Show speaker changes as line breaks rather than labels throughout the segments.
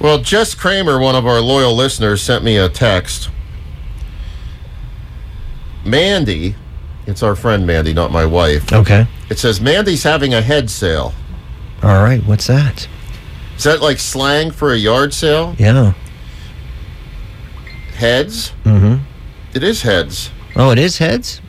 Well, Jess Kramer, one of our loyal listeners, sent me a text. Mandy, it's our friend Mandy, not my wife.
Okay.
It says Mandy's having a head sale.
All right. What's that?
Is that like slang for a yard sale?
Yeah.
Heads?
Mm-hmm.
It is heads.
Oh, it is heads.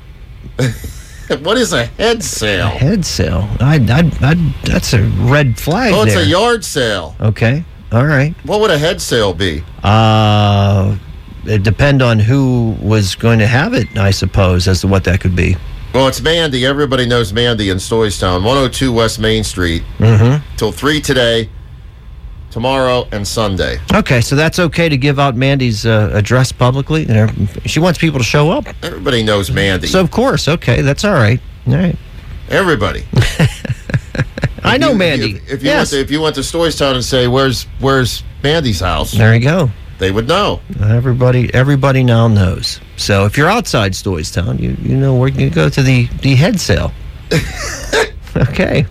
What is a head
A
sale?
head sale. I, I, I, that's a red flag
Oh, it's
there.
a yard sale.
okay. All right.
What would a head sale be?
Uh, it depend on who was going to have it, I suppose, as to what that could be.
Well, it's Mandy. Everybody knows Mandy in Stoystown, 102 West Main Street,
Mm-hmm.
till 3 today, tomorrow, and Sunday.
Okay, so that's okay to give out Mandy's uh, address publicly. And her- She wants people to show up.
Everybody knows Mandy.
So of course, okay, that's all right. All right.
Everybody.
I know
You-
Mandy.
If, if you
yes.
went to, if you went to Stoystown and say, "Where's where's Mandy's house?"
there you go.
They would know.
Everybody, everybody now knows. So if you're outside Stoystown, you you know where you go to the the head sale. okay.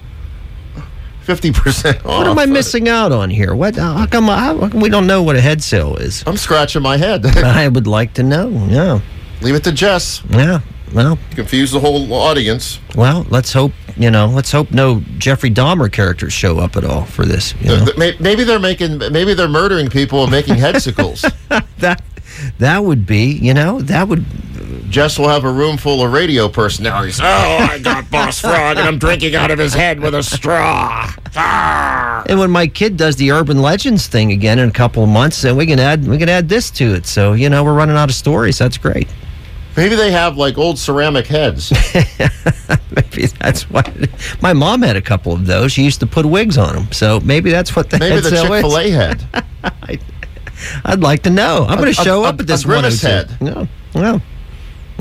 Fifty percent off.
What am I missing out on here? What? uh, How come, how come we don't know what a head sale is?
I'm scratching my head.
I would like to know. Yeah.
Leave it to Jess.
Yeah. Well,
Confuse the whole audience.
well, let's hope, you know, let's hope no Jeffrey Dahmer characters show up at all for this. You know?
Th- may- Maybe they're making. Maybe they're murdering people and making headsicles.
that that would be, you know, that would
Jess will have a room full of radio personalities. Oh, I got Boss Frog, and I'm drinking out of his head with a straw. Ah.
And when my kid does the urban legends thing again in a couple of months, then we can add we can add this to it. So you know we're running out of stories. That's great.
Maybe they have like old ceramic heads.
Maybe that's what my mom had a couple of those. She used to put wigs on them. So maybe that's what the
Maybe the
head
Chick
sale is.
Fil A head.
I'd like to know. I'm going to
a-
show
a-
up at this
a grimace
102. No, no,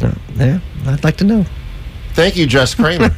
no. Yeah, I'd like to know.
Thank you, Jess Kramer.